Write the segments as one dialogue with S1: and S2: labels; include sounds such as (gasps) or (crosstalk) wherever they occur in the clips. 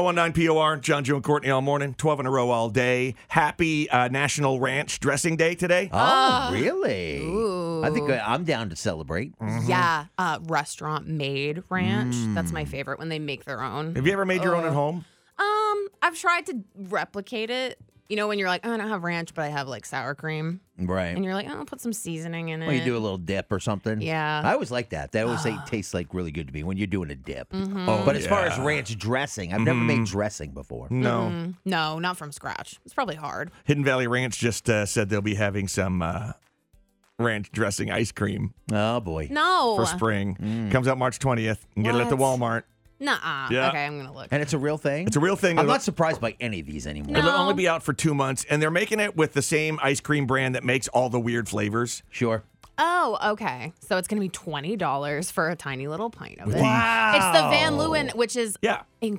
S1: 1019 POR, John, Joe, and Courtney all morning, 12 in a row all day. Happy uh, National Ranch Dressing Day today.
S2: Oh,
S3: Ah.
S2: really? I think uh, I'm down to celebrate.
S3: Yeah, uh, restaurant made ranch. That's my favorite when they make their own.
S1: Have you ever made your
S3: Uh,
S1: own at home?
S3: Um, I've tried to replicate it. You know, when you're like, oh, I don't have ranch, but I have like sour cream,
S2: Right.
S3: and you're like, oh, I'll put some seasoning in
S2: Well,
S3: it.
S2: you do a little dip or something.
S3: Yeah.
S2: I always like that. That always
S3: (gasps)
S2: say, tastes like really good to me when you're doing a dip.
S3: Mm-hmm.
S2: but as far as
S1: Oh,
S2: ranch dressing, I've never
S1: Mm-hmm.
S2: made dressing before.
S1: No.
S3: Mm, no, not from scratch. It's probably hard.
S1: Hidden Valley Ranch just uh, said they'll be having some uh, ranch dressing ice cream
S2: Oh boy.
S3: No.
S1: for spring.
S2: Mm.
S1: Comes out March 20th. You can get it at the
S3: What?
S1: Walmart.
S3: Nuh-uh.
S1: Yeah.
S3: Okay, I'm gonna look.
S2: And it's a real thing.
S1: It's a real thing.
S2: I'm
S1: It'll-
S2: not surprised by any of these anymore.
S3: No.
S1: It'll only be out for two months, and they're making it with the same ice cream brand that makes all the weird flavors.
S2: Sure.
S3: Oh, okay. So it's gonna be twenty dollars for a tiny little pint of it.
S1: Wow.
S3: It's the
S2: Oh.
S3: Van Leeuwen, which is
S1: Yeah.
S3: in-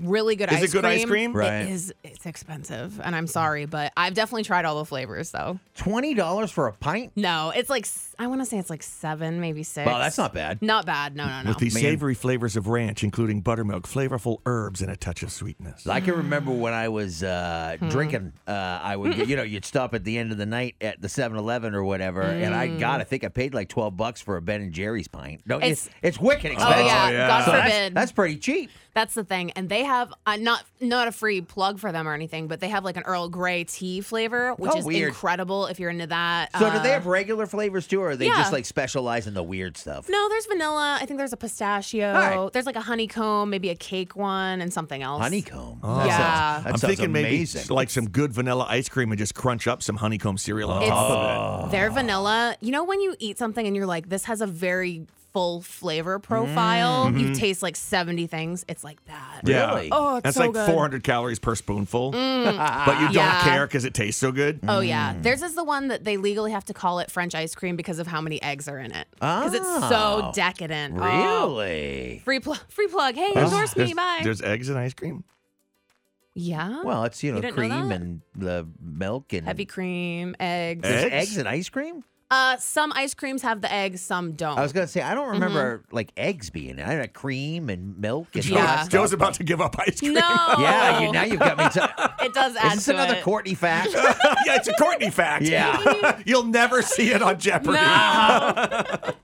S3: really good
S1: Is
S3: ice
S1: it
S3: cream.
S1: good ice cream?
S2: Right.
S3: It is. It's expensive, and I'm sorry, but I've definitely tried all the flavors though.
S2: Twenty dollars for a pint?
S3: No, it's like s- I want to say it's like seven, maybe six.
S2: Wow, that's not bad.
S3: Not bad. No, no, no.
S1: With these
S2: Oh, Man.
S1: savory flavors of ranch, including buttermilk, flavorful herbs, and a touch of sweetness.
S2: I
S3: Mm.
S2: can remember when I was uh,
S3: Hmm.
S2: drinking, uh, I would, get- you know, you'd stop at the end of the night at the 7 Eleven or whatever, and I, God, I think I paid like 12 bucks for a Ben and Jerry's pint. No, it's,
S3: Mm. It's-
S2: it's wicked
S3: oh
S2: expensive.
S3: yeah.
S1: yeah.
S3: God
S2: So that's-
S3: forbid.
S2: That's, pretty cheap.
S3: That's the thing, and they have uh, not not a free plug for them or anything, but they have like an Earl Grey tea flavor, which
S2: Oh,
S3: is
S2: weird.
S3: incredible if you're into that.
S2: So do
S3: Uh,
S2: they have regular flavors too, or are they
S3: yeah.
S2: just like specialize in the weird stuff?
S3: No, there's vanilla. I think there's a pistachio.
S2: All right.
S3: There's like a honeycomb, maybe a cake one, and something else.
S2: Honeycomb.
S3: Oh. Yeah.
S2: sounds, that
S1: I'm
S2: sounds
S1: thinking
S2: amazing.
S1: maybe like some good vanilla ice cream and just crunch up some honeycomb cereal on
S3: It's
S1: top of it.
S3: their vanilla. You know when you eat something and you're like, this has a very full flavor profile.
S2: Mm-hmm.
S3: You taste like 70 things. It's like that.
S1: Yeah.
S2: Really?
S3: Oh, it's
S1: That's
S3: so
S1: like
S3: good. Mm.
S1: 400 calories per spoonful, but you don't
S3: Yeah.
S1: care because it tastes so good.
S3: Oh
S2: Mm.
S3: yeah, theirs is the one that they legally have to call it French ice cream because of how many eggs are in it. Because it's
S2: Oh.
S3: so decadent. Oh.
S2: Really?
S3: Free plug. Free plug. Hey, endorse me.
S1: there's,
S3: Bye.
S1: There's eggs in ice cream.
S3: yeah.
S2: Well, it's you know
S3: didn't know
S2: cream
S3: that?
S2: and the milk and
S3: Heavy cream, eggs.
S2: There's
S1: Eggs?
S2: eggs and ice cream.
S3: Uh, some ice creams have the eggs, some don't.
S2: I was gonna say (laughs) I don't remember
S3: Mm-hmm.
S2: like eggs being. in it. I had cream and milk and all that
S3: Yeah.
S2: stuff,
S1: Joe's
S2: but-
S1: about to give up ice (laughs) cream.
S3: Uh-huh. no.
S2: Yeah,
S3: (laughs)
S2: you, now you've got me. To,
S3: It does add
S2: is this
S3: to
S2: another
S3: it.
S2: Courtney fact?
S1: yeah, it's a Courtney fact. (laughs)
S2: Yeah. (laughs)
S1: You'll never see it on Jeopardy.
S3: No.